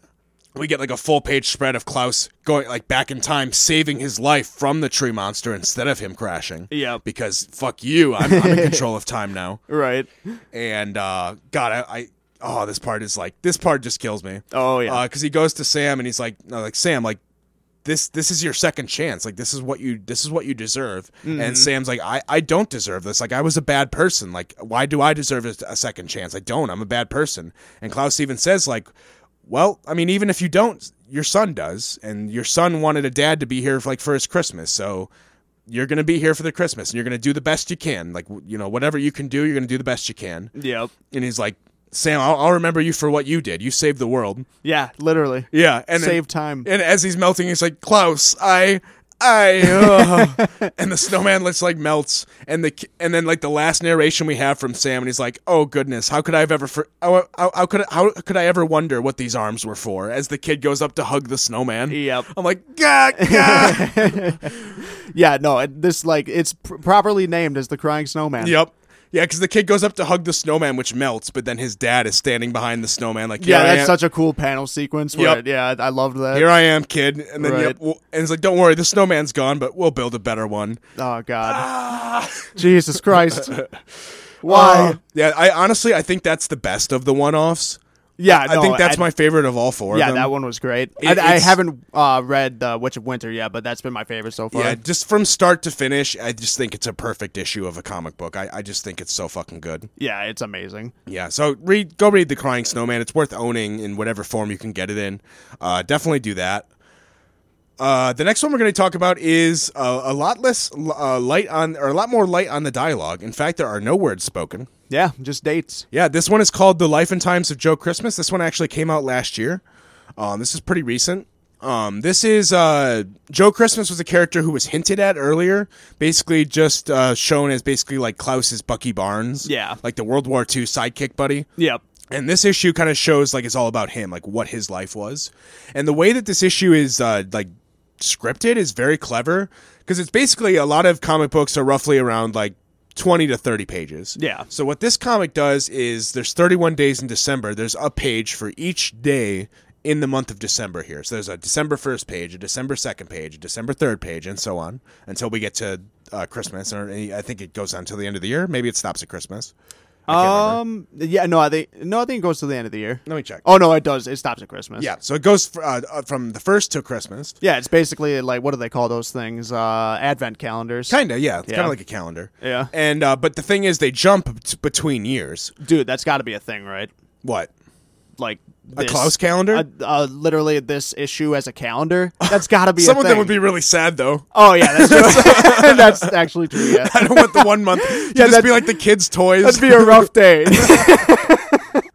A: We get like a full page spread of Klaus going like back in time, saving his life from the tree monster instead of him crashing.
B: Yep.
A: Because fuck you, I'm, I'm in control of time now.
B: Right.
A: And uh, God, I, I oh, this part is like this part just kills me
B: Oh yeah.
A: because Uh, he goes to Sam and he's like, no, like Sam, like this this is your second chance. Like this is what you this is what you deserve.
B: Mm-hmm.
A: And Sam's like, I I don't deserve this. Like I was a bad person. Like why do I deserve a, a second chance? I don't. I'm a bad person. And Klaus even says like, well, I mean, even if you don't, your son does, and your son wanted a dad to be here for, like for his Christmas, so. You're gonna be here for the Christmas, and you're gonna do the best you can. Like w- you know, whatever you can do, you're gonna do the best you can.
B: yep.
A: And he's like, "Sam, I'll, I'll remember you for what you did. You saved the world."
B: Yeah. Literally.
A: Yeah, and then-
B: Save time.
A: and as he's melting, he's like, "Klaus, I, I," uh," and the snowman just like melts, and the ki- and then like the last narration we have from Sam, and he's like, "Oh goodness, how could I have ever for how, how, how could I, how could I ever wonder what these arms were for?" As the kid goes up to hug the snowman,
B: Yep.
A: I'm like, "Gah, gah."
B: Yeah. No. it- This like it's pr- properly named as the crying snowman.
A: yep." Yeah, because the kid goes up to hug the snowman, which melts, but then his dad is standing behind the snowman, like,
B: Yeah,
A: "Here I
B: that's
A: am-
B: such a cool panel sequence. Where
A: Yep.
B: yeah, I I loved that.
A: Here I am, kid, and then
B: Right.
A: yep, well, and it's like, "Don't worry, the snowman's gone, but we'll build a better one."
B: oh God. Ah. Jesus Christ. Why?
A: Uh, yeah, I honestly I think that's the best of the one-offs.
B: Yeah,
A: I
B: no,
A: think that's
B: Oh, I-
A: my favorite of all four. of
B: Yeah,
A: them.
B: that one was great.
A: It-
B: I, I
A: it's-
B: haven't uh, read The Witch of Winter yet, but that's been my favorite so far.
A: Yeah, just from start to finish, I just think it's a perfect issue of a comic book. I, I just think it's so fucking good.
B: Yeah, it's amazing.
A: Yeah, so read, go read The Crying Snowman. It's worth owning in whatever form you can get it in. Uh, definitely do that. Uh, the next one we're going to talk about is uh, a lot less uh, light on, or a lot more light on the dialogue. In fact, there are no words spoken.
B: Yeah, just dates.
A: Yeah, this one is called The Life and Times of Joe Christmas. This one actually came out last year. Um, this is pretty recent. Um, this is uh, Joe Christmas was a character who was hinted at earlier, basically just uh, shown as basically like Klaus's Bucky Barnes.
B: Yeah.
A: Like the World War II sidekick buddy.
B: Yep.
A: And this issue kind of shows like it's all about him, like what his life was. And the way that this issue is uh, like scripted is very clever because it's basically a lot of comic books are roughly around like 20 to 30 pages.
B: Yeah.
A: So what this comic does is there's 31 days in December. There's a page for each day in the month of December here. So there's a December 1st page, a December 2nd page, a December 3rd page, and so on until we get to uh, Christmas. Or I think it goes on until the end of the year. Maybe it stops at Christmas. I can't remember.
B: Um. Yeah. No, I think no, I think it goes to the end of the year.
A: Let me check.
B: Oh no, it does. It stops at Christmas.
A: Yeah, so it goes fr- uh, uh, from the first to Christmas.
B: Yeah, it's basically like what do they call those things? Uh, advent calendars.
A: Kinda, yeah. It's kind
B: Yeah.
A: of like a calendar.
B: Yeah.
A: And uh, but the thing is, they jump t- between years.
B: Dude, that's got to be a thing, right?
A: What?
B: Like
A: A
B: this-
A: Klaus calendar?
B: Uh, uh, literally this issue as a calendar. That's got to be.
A: Some
B: a
A: of
B: thing.
A: them would be really sad though.
B: Oh yeah, that's true. that's actually true. Yeah,
A: I don't want the one month. to just
B: that-
A: be like the kids' toys.
B: that'd be a rough day.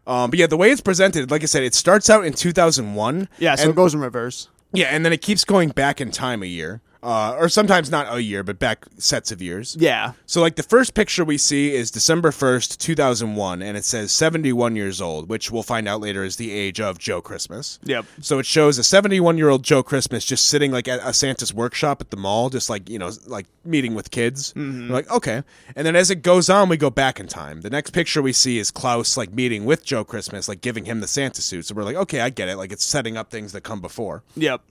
A: um, but yeah, the way it's presented, like I said, it starts out in 2001.
B: yeah, so
A: and,
B: it goes in reverse.
A: yeah, and then it keeps going back in time a year, uh, or sometimes not a year, but back sets of years.
B: Yeah.
A: So, like, the first picture we see is December 1st, 2001, and it says 71 years old, which we'll find out later is the age of Joe Christmas.
B: Yep.
A: So, it shows a 71 year old Joe Christmas just sitting, like, at a Santa's workshop at the mall, just like, you know, like meeting with kids.
B: Mm-hmm.
A: We're Like, okay. And then as it goes on, we go back in time. The next picture we see is Klaus, like, meeting with Joe Christmas, like, giving him the Santa suit. So, we're like, okay, I get it. Like, it's setting up things that come before.
B: Yep.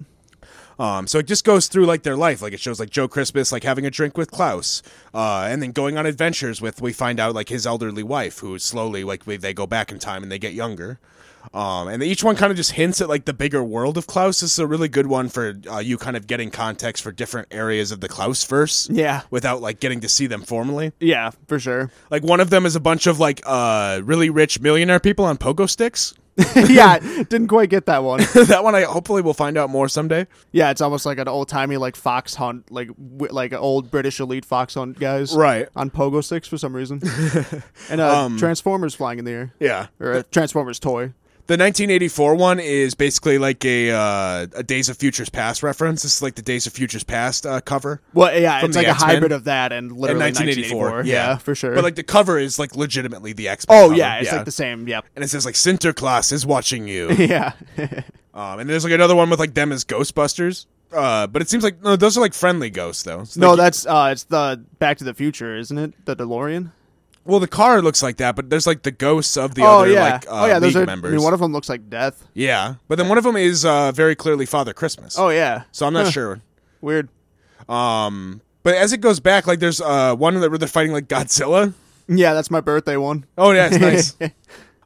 A: Um, so it just goes through like their life. Like it shows like Joe Christmas like having a drink with Klaus, uh, and then going on adventures with. We find out like his elderly wife, who is slowly like we, they go back in time and they get younger. Um, and each one kind of just hints at like the bigger world of Klaus. This is a really good one for uh, you kind of getting context for different areas of the Klaus verse.
B: Yeah.
A: Without like getting to see them formally.
B: Yeah, for sure.
A: Like one of them is a bunch of like uh, really rich millionaire people on pogo sticks.
B: yeah, didn't quite get that one.
A: that one I hopefully will find out more someday.
B: Yeah, it's almost like an old timey like fox hunt, like w- like an old British elite fox hunt guys,
A: Right. Um,
B: On pogo sticks for some reason, and uh, Transformers flying in the air,
A: Yeah.
B: or a Transformers toy.
A: The 1984 one is basically like a uh, a Days of Futures Past reference. This is like the Days of Futures Past uh, cover.
B: Well, yeah,
A: From
B: it's
A: the
B: like
A: X-Men?
B: a hybrid of that and
A: In
B: literally
A: 1984,
B: 1984. Yeah. for sure.
A: But like um, the cover is like legitimately the X.
B: oh yeah, it's like the same. Yep.
A: and it says like Sinterklaas is watching you.
B: Yeah.
A: um, and there's like another one with like them as Ghostbusters. Uh, but it seems like no, those are like friendly ghosts though. So,
B: no,
A: like,
B: that's uh, it's the Back to the Future, isn't it? The DeLorean.
A: well, the car looks like that, but there's like the ghosts of the
B: oh
A: other
B: yeah.
A: like uh,
B: oh yeah. Those
A: league
B: are.
A: members.
B: I mean, one of them looks like death.
A: yeah, but then one of them is uh, very clearly Father Christmas.
B: Oh yeah.
A: so I'm not
B: Huh,
A: sure.
B: Weird.
A: Um, but as it goes back, like there's uh one that where they're fighting like Godzilla.
B: Yeah, that's my birthday one.
A: Oh yeah, it's nice.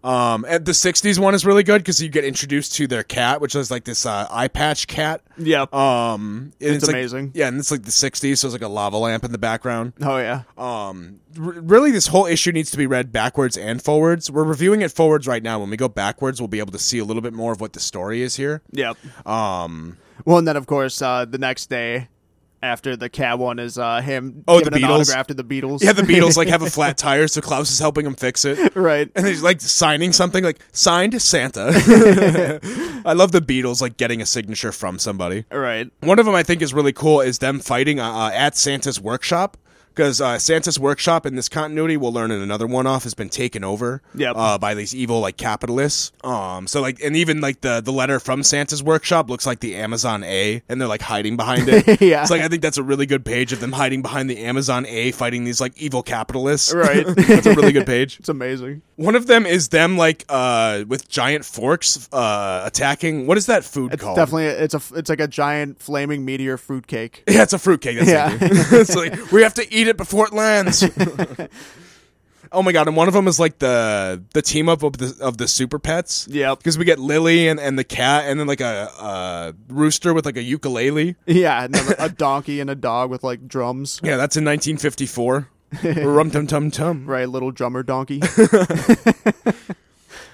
A: um, and the '60s one is really good because you get introduced to their cat, which is like this uh, eye patch cat.
B: Yep.
A: Um, and
B: It's
A: like-
B: amazing.
A: yeah, and it's like the '60s, so it's like a lava lamp in the background.
B: oh yeah.
A: Um, r- really, this whole issue needs to be read backwards and forwards. We're reviewing it forwards right now. When we go backwards, we'll be able to see a little bit more of what the story is here.
B: Yep.
A: Um,
B: Well, and then of course uh, the next day after the cat one is uh, him
A: Oh, the
B: giving an
A: Beatles.
B: autograph to the Beatles.
A: yeah, the Beatles like have a flat tire, so Klaus is helping him fix it.
B: right.
A: and he's like signing something like signed Santa. I love the Beatles like getting a signature from somebody.
B: Right.
A: One of them I think is really cool is them fighting uh, uh, at Santa's workshop because uh, Santa's workshop in this continuity we'll learn in another one off has been taken over
B: Yep.
A: uh, by these evil like capitalists. Um, so like and even like the the letter from Santa's workshop looks like the Amazon A and they're like hiding behind it.
B: Yeah.
A: it's like I think that's a really good page of them hiding behind the Amazon A fighting these like evil capitalists.
B: Right.
A: that's a really good page.
B: It's amazing.
A: One of them is them like uh with giant forks uh attacking. What is that food
B: It's
A: called?
B: definitely it's a it's like a giant flaming meteor fruitcake.
A: yeah, it's a fruitcake. That's
B: Yeah.
A: yeah, it's like we have to eat it before it lands. Oh my god! And one of them is like the the team up of the of the super pets.
B: Yep.
A: Because we get Lily and, and the cat, and then like a, a rooster with like a ukulele.
B: Yeah, and then a donkey and a dog with like drums.
A: Yeah, that's in 1954. Rum tum tum tum.
B: Right, little drummer donkey.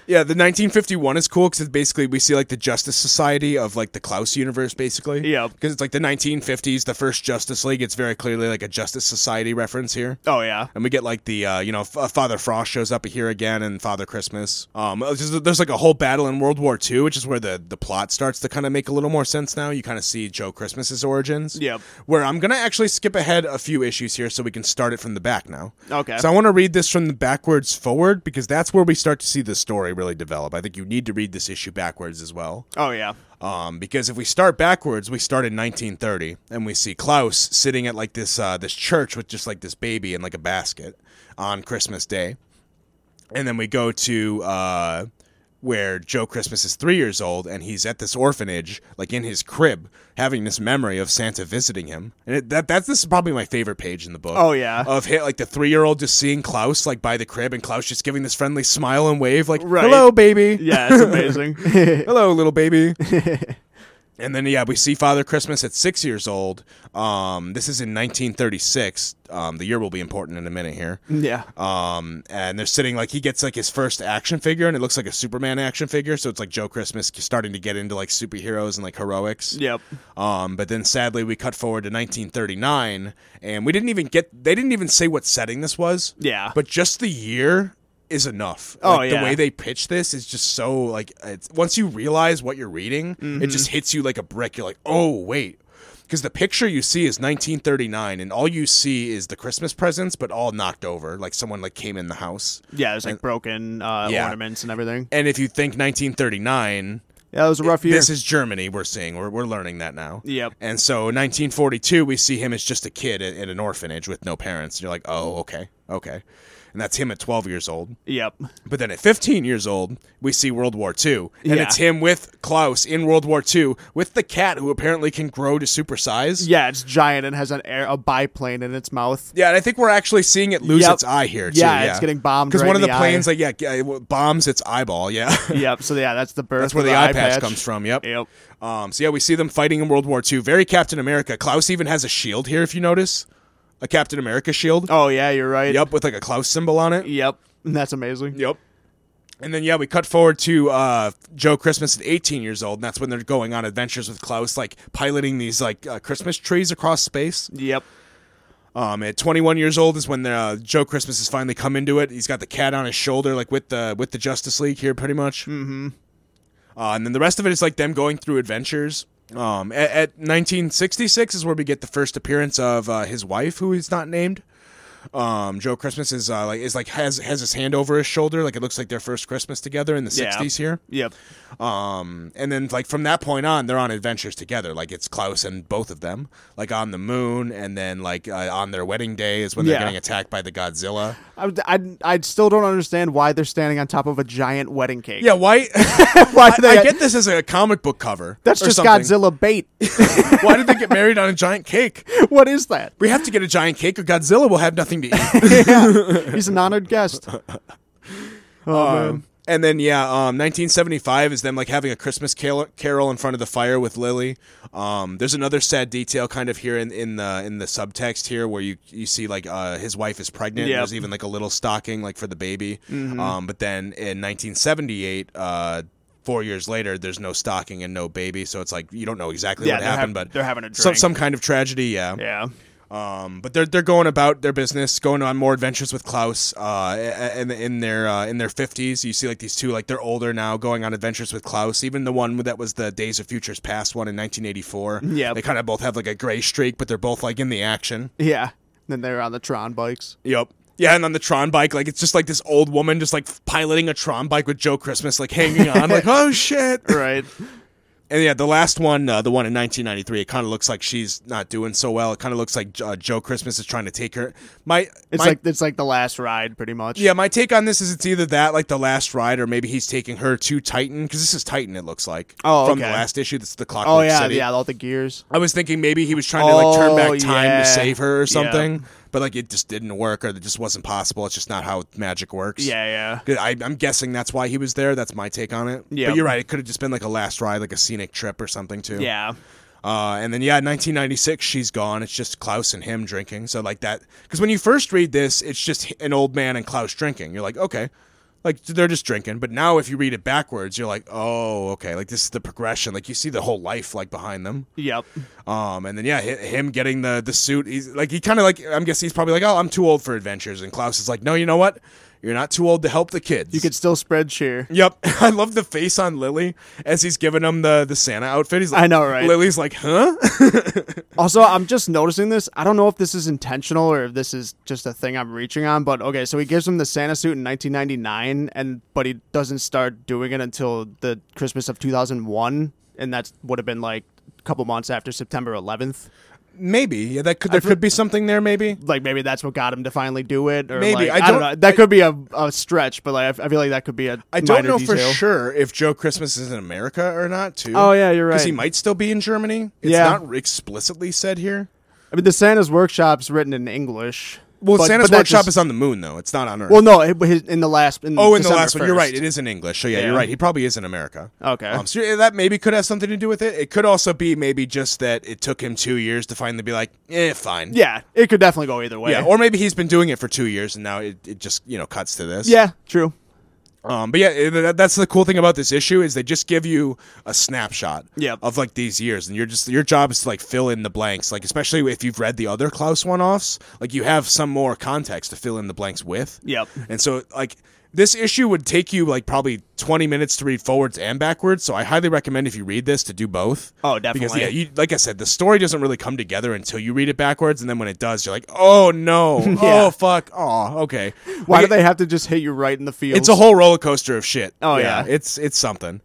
A: Yeah, the 1951 is cool because it's basically we see like the Justice Society of like the Klaus universe, basically.
B: Yeah.
A: Because it's like the 1950s, the first Justice League. It's very clearly like a Justice Society reference here.
B: oh yeah.
A: And we get like the uh, you know F- uh, Father Frost shows up here again, and Father Christmas. Um, it's just- there's like a whole battle in World War II, which is where the the plot starts to kind of make a little more sense now. You kind of see Joe Christmas's origins.
B: Yep.
A: Where I'm gonna actually skip ahead a few issues here, so we can start it from the back now.
B: Okay.
A: So I want to read this from the backwards forward because that's where we start to see the story really develop. I think you need to read this issue backwards as well.
B: Oh yeah.
A: Um, because if we start backwards, we start in 1930, and we see Klaus sitting at like this uh, this church with just like this baby in like a basket on Christmas Day, and then we go to uh, where Joe Christmas is three years old, and he's at this orphanage, like in his crib, having this memory of Santa visiting him, and it, that that's this is probably my favorite page in the book.
B: Oh, yeah.
A: of hit like the three year old just seeing Klaus like by the crib, and Klaus just giving this friendly smile and wave, like
B: Right.
A: hello baby,
B: Yeah, it's amazing.
A: hello little baby and then yeah we see father christmas at six years old um, this is in 1936 um, the year will be important in a minute here
B: yeah.
A: um, and they're sitting like he gets like his first action figure and it looks like a superman action figure so it's like joe christmas starting to get into like superheroes and like heroics
B: Yep.
A: um, but then sadly we cut forward to 1939 and we didn't even get they didn't even say what setting this was
B: Yeah.
A: but just the year is enough.
B: Oh,
A: Like,
B: yeah.
A: The way they pitch this is just so like it's, once you realize what you're reading,
B: Mm-hmm.
A: it just hits you like a brick. You're like, oh wait, because the picture you see is 1939, and all you see is the Christmas presents, but all knocked over, like someone like came in the house.
B: yeah, there's like broken uh,
A: Yeah.
B: ornaments and everything.
A: And if you think 1939,
B: Yeah, it was a rough year.
A: this is Germany. We're seeing. We're, we're learning that now.
B: Yep.
A: And so 1942, we see him as just a kid at, at an orphanage with no parents. You're like, oh, okay, okay. And that's him at 12 years old.
B: yep.
A: But then at 15 years old, we see World War II. And
B: Yeah.
A: it's him with Klaus in World War II with the cat who apparently can grow to supersize.
B: Yeah, it's giant and has an air a biplane in its mouth.
A: Yeah, and I think we're actually seeing it lose
B: Yep.
A: its eye here, too.
B: Yeah, it's getting bombed
A: Because
B: right
A: one of the,
B: in the eye.
A: planes, like, yeah, yeah, it bombs its eyeball. Yeah.
B: Yep. So yeah, that's the birth.
A: That's where
B: of
A: the,
B: the
A: eye,
B: eye
A: patch,
B: patch.
A: comes from. Yep.
B: Yep.
A: Um, so yeah, we see them fighting in World War II. Very Captain America. Klaus even has a shield here, if you notice, a Captain America shield.
B: Oh yeah, you're right.
A: Yep, with like a Klaus symbol on it.
B: Yep. And that's amazing.
A: Yep. And then yeah, we cut forward to uh, Joe Christmas at 18 years old, and that's when they're going on adventures with Klaus, like piloting these like uh, Christmas trees across space.
B: Yep.
A: Um, at 21 years old is when uh, Joe Christmas has finally come into it. He's got the cat on his shoulder, like with the with the Justice League here, pretty much. Mm-hmm. Uh, and then the rest of it is like them going through adventures. Um, at, at 1966 is where we get the first appearance of uh, his wife, who is not named. Um, Joe Christmas is uh, like is like has has his hand over his shoulder, like it looks like their first Christmas together in the
B: Yeah.
A: 60s here.
B: Yep.
A: Um, and then like from that point on, they're on adventures together. Like it's Klaus and both of them, like on the moon, and then like uh, on their wedding day is when they're
B: Yeah.
A: getting attacked by the Godzilla.
B: I, I, I still don't understand why they're standing on top of a giant wedding cake.
A: Yeah, why?
B: why
A: I,
B: they,
A: I get this as a comic book cover.
B: that's
A: or
B: just
A: something.
B: Godzilla bait.
A: why did they get married on a giant cake?
B: what is that?
A: We have to get a giant cake, or Godzilla will have nothing to eat.
B: He's an honored guest. Oh, man.
A: Um, and then yeah, um, 1975 is them like having a Christmas carol, carol in front of the fire with Lily. Um, there's another sad detail kind of here in, in the in the subtext here where you you see like uh, his wife is pregnant.
B: Yep. Mm-hmm.
A: There's even like a little stocking like for the baby. Um, but then in 1978. Uh, Four years later, there's no stocking and no baby, so it's like you don't know exactly
B: Yeah,
A: what
B: they're hav-
A: happened, but
B: they're having a
A: some
B: drink.
A: some kind of tragedy, yeah.
B: yeah.
A: Um, but they're they're going about their business, going on more adventures with Klaus. Uh, in in their uh, in their fifties, you see like these two, like they're older now, going on adventures with Klaus. Even the one that was the Days of Futures Past one in 1984.
B: Yep.
A: they kind of both have like a gray streak, but they're both like in the action.
B: Yeah. Then they're on the Tron bikes.
A: Yep. Yeah, and on the Tron bike, like it's just like this old woman just like piloting a Tron bike with Joe Christmas like hanging on, like oh shit.
B: Right.
A: And yeah, the last one, uh, the one in 1993, it kind of looks like she's not doing so well. It kind of looks like uh, Joe Christmas is trying to take her. My
B: It's
A: my,
B: like it's like the last ride, pretty much.
A: Yeah, my take on this is it's either that, like the last ride, or maybe he's taking her to Titan because this is Titan. It looks like
B: Oh,
A: from the
B: okay.
A: last issue. That's the Clockwork
B: Oh yeah,
A: City.
B: yeah, all the gears.
A: I was thinking maybe he was trying to like turn
B: Oh,
A: back time
B: yeah.
A: to save her
B: Yeah.
A: or something. but like it just didn't work or it just wasn't possible. It's just not how magic works.
B: Yeah, yeah.
A: Good. I, I'm guessing that's why he was there. That's my take on it.
B: Yeah.
A: But you're right. It could have just been like a last ride, like a scenic trip or something too.
B: Yeah.
A: Uh, and then yeah, 1996, she's gone. It's just Klaus and him drinking. So like that, because when you first read this, it's just h- an old man and Klaus drinking. You're like, okay, like they're just drinking. But now if you read it backwards, you're like, oh, okay, like this is the progression. Like you see the whole life like behind them.
B: Yep.
A: Um, and then yeah, hi- him getting the the suit. He's like he kind of like I'm guessing he's probably like, oh, I'm too old for adventures. And Klaus is like, no, you know what? You're not too old to help the kids.
B: You could still spread cheer.
A: Yep, I love the face on Lily as he's giving him the the Santa outfit. He's like,
B: I know, right?
A: Lily's like, huh?
B: Also, I'm just noticing this. I don't know if this is intentional or if this is just a thing I'm reaching on, but okay, so he gives him the Santa suit in 1999 and but he doesn't start doing it until the Christmas of 2001 and that would have been like a couple months after September 11th.
A: Maybe yeah, that could there could be something there. Maybe
B: Like maybe that's what got him to finally do it or
A: Maybe.
B: like,
A: I
B: I, don't,
A: don't-
B: know. That could be a, a stretch, but like I f- I feel like that could be a
A: I don't
B: minor
A: know for
B: detail.
A: sure if Joe Christmas is in America or not. Too.
B: Oh, yeah, you're
A: Because he
B: right.
A: might still be in Germany. It's
B: Yeah.
A: not explicitly said here.
B: I mean, the Santa's workshop's written in English.
A: Well,
B: but-
A: Santa's
B: but that
A: workshop
B: just-
A: is on the moon though. It's not on Earth.
B: Well, no, it- his- in the last in
A: oh, in the
B: December
A: last one, you're
B: 1st.
A: right. It is in English. So yeah, you're
B: Yeah.
A: right. He probably is in America.
B: Okay.
A: Um, so yeah, that maybe could have something to do with it. It could also be maybe just that it took him two years to finally be like, eh, fine.
B: yeah, it could definitely go either way.
A: Yeah, or maybe he's been doing it for two years and now it, it just you know cuts to this.
B: Yeah, true.
A: Um, but yeah, it- that, that's the cool thing about this issue is they just give you a snapshot
B: Yep.
A: of like these years, and you're just your job is to like fill in the blanks. Like especially if you've read the other Klaus one-offs, like you have some more context to fill in the blanks with.
B: Yep.
A: And so like this issue would take you like probably 20 minutes to read forwards and backwards. So I highly recommend if you read this to do both.
B: Oh,
A: Because
B: definitely.
A: yeah, you, like I said, the story doesn't really come together until you read it backwards, and then when it does, you're like, oh no,
B: Yeah.
A: oh fuck, oh okay.
B: Why
A: Like,
B: do they have to just hit you right in the field?
A: it's a whole roller coaster of shit.
B: Oh, yeah.
A: it's it's something.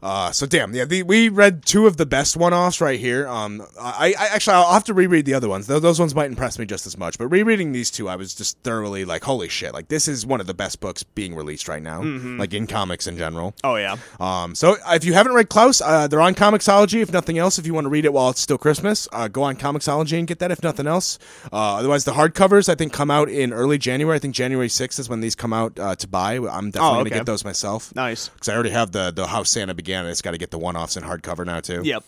A: Uh, so damn, yeah. The, we read two of the best one-offs right here. Um, I, I actually I'll have to reread the other ones. Those, those ones might impress me just as much. But rereading these two, I was just thoroughly like, holy shit! Like this is one of the best books being released right now,
B: Mm-hmm.
A: like in comics in general.
B: oh yeah.
A: Um, so if you haven't read Klaus, uh, they're on Comixology. If nothing else, if you want to read it while it's still Christmas, uh, go on Comixology and get that. If nothing else, uh, otherwise the hardcovers I think come out in early January. I think January sixth is when these come out uh, to buy. I'm definitely gonna
B: okay.
A: get those myself
B: Nice.
A: because I already have the the How Santa Began. I just got to get the one offs in hardcover now too.
B: Yep.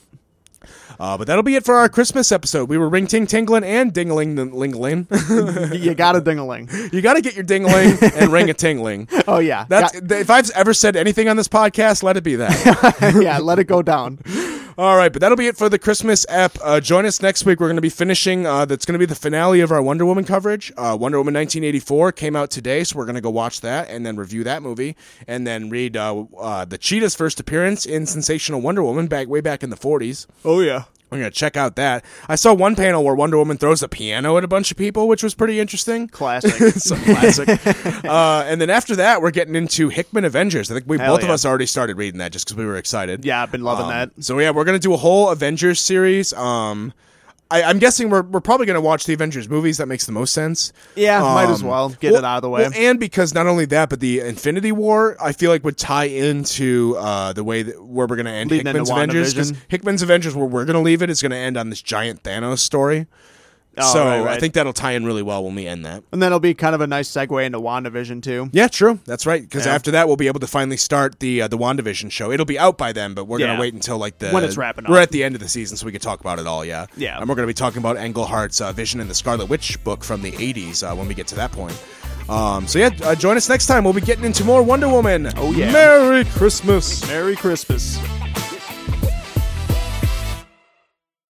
A: Uh, but that'll be it for our Christmas episode. We were ring ting tingling and dingling the lingling.
B: you got a ding-a-ling.
A: you got to get your dingling and ring a tingling.
B: Oh yeah.
A: That's if I've ever said anything on this podcast, let it be that.
B: yeah, yeah, let it go down.
A: All right, but that'll be it for the Christmas app. Uh, join us next week. We're going to be finishing. Uh, that's going to be the finale of our Wonder Woman coverage. Uh, Wonder Woman 1984 came out today, so we're going to go watch that and then review that movie and then read uh, uh, the Cheetah's first appearance in Sensational Wonder Woman back way back in the 40s.
B: Oh yeah.
A: We're going to check out that. I saw one panel where Wonder Woman throws a piano at a bunch of people, which was pretty interesting.
B: Classic.
A: It's a classic. uh, and then after that, we're getting into Hickman Avengers. I think we
B: Hell
A: both of
B: yeah.
A: us already started reading that just because we were excited.
B: Yeah, I've been loving that.
A: Um, So yeah, we're gonna do a whole Avengers series. Um, I, I'm guessing we're we're probably gonna watch the Avengers movies. That makes the most sense.
B: Yeah, might as
A: Um,
B: well get
A: well-
B: it out of the way.
A: well, and because not only that, but the Infinity War, I feel like would tie into uh, the way that where we're gonna end
B: Leading into
A: Hickman's Avengers.
B: WandaVision.
A: Hickman's Avengers, where we're gonna leave it, is gonna end on this giant Thanos story.
B: Oh,
A: so
B: right, right.
A: I think that'll tie in really well when we end that.
B: and then it'll be kind of a nice segue into WandaVision too.
A: Yeah, true. That's right. Because
B: Yeah.
A: after that, we'll be able to finally start the uh, the Wandavision show. It'll be out by then, but we're gonna
B: Yeah.
A: wait until like the
B: When it's wrapping
A: We're
B: up.
A: at the end of the season, so we can talk about it all. Yeah,
B: Yeah.
A: And we're gonna be talking about Engelhart's uh, Vision and the Scarlet Witch book from the '80s uh, when we get to that point. Um, so yeah, uh, join us next time. We'll be getting into more Wonder Woman.
B: Oh, yeah.
A: Merry Christmas.
B: Merry Christmas.